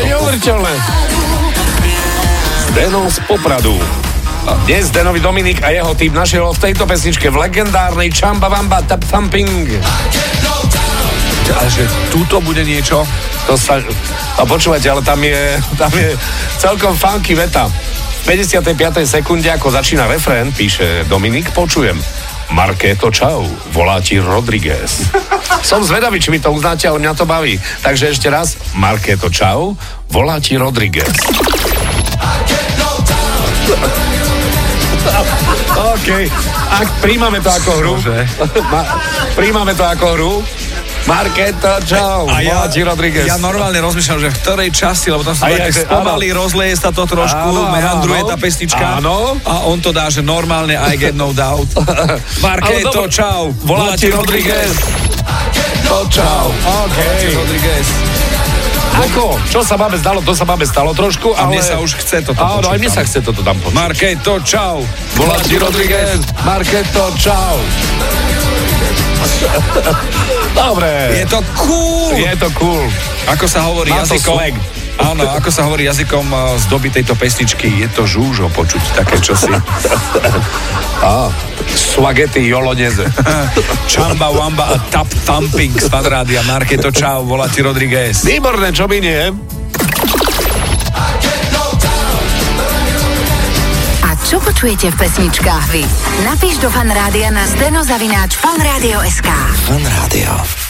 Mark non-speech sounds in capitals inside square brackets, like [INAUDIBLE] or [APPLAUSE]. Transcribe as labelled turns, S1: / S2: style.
S1: Počúvame. Zdeno z Popradu. A dnes Denovi Dominik a jeho tým našiel v tejto pesničke v legendárnej Chamba Bamba Tap Thumping. Ale že túto bude niečo, to sa... A počúvate, ale tam je, tam je celkom funky veta. V 55. sekunde, ako začína refrén, píše Dominik, počujem. Markéto čau, volá ti [LAUGHS] Rodriguez. Som zvedavý, či mi to uznáte, ale mňa to baví. Takže ešte raz, Markéto čau, volá ti Rodriguez. OK, ak príjmame to ako hru, ma, príjmame to ako hru, Markéto čau,
S2: A ja,
S1: volá ti Rodriguez.
S2: ja normálne rozmýšľam, že v ktorej časti, lebo tam
S1: A
S2: sa to
S1: ja,
S2: tak
S1: že-
S2: spomalí, rozleje sa to trošku,
S1: Áno, áno,
S2: meandruje
S1: áno.
S2: tá pesnička.
S1: Áno.
S2: A on to dá, že normálne I get no
S1: [LAUGHS]
S2: doubt. Marke,
S1: Ale
S2: to
S1: dobre.
S2: čau.
S1: Volá ti Rodriguez. To No, čau. OK.
S2: Rodriguez.
S1: Ako? Čo sa máme zdalo, to sa máme stalo trošku,
S2: A
S1: ale...
S2: mne sa už chce toto
S1: Áno, aj
S2: počuť
S1: mne
S2: tam.
S1: sa chce toto tam počuť.
S2: Marke, to čau.
S1: Volá ti Rodriguez, Marketo, [LAUGHS] čau.
S2: Je
S1: Dobre,
S2: to cool.
S1: je to cool.
S2: Ako sa hovorí
S1: Má to
S2: jazykom...
S1: swag.
S2: Áno, ako sa hovorí jazykom eh, z doby tejto pesničky, je to žúžo počuť také
S1: [LAUGHS]
S2: čosi.
S1: Swagety Joloneze.
S2: [LAUGHS] Chamba Wamba a Tap Thumping z Fanrádia. Marke, to čau, volá ti Rodriguez.
S1: Výborné, čo mi nie?
S3: A čo počujete v pesničkách vy? Napíš do fan rádia na steno zavináč fanradio.sk.
S4: Fan Rádio.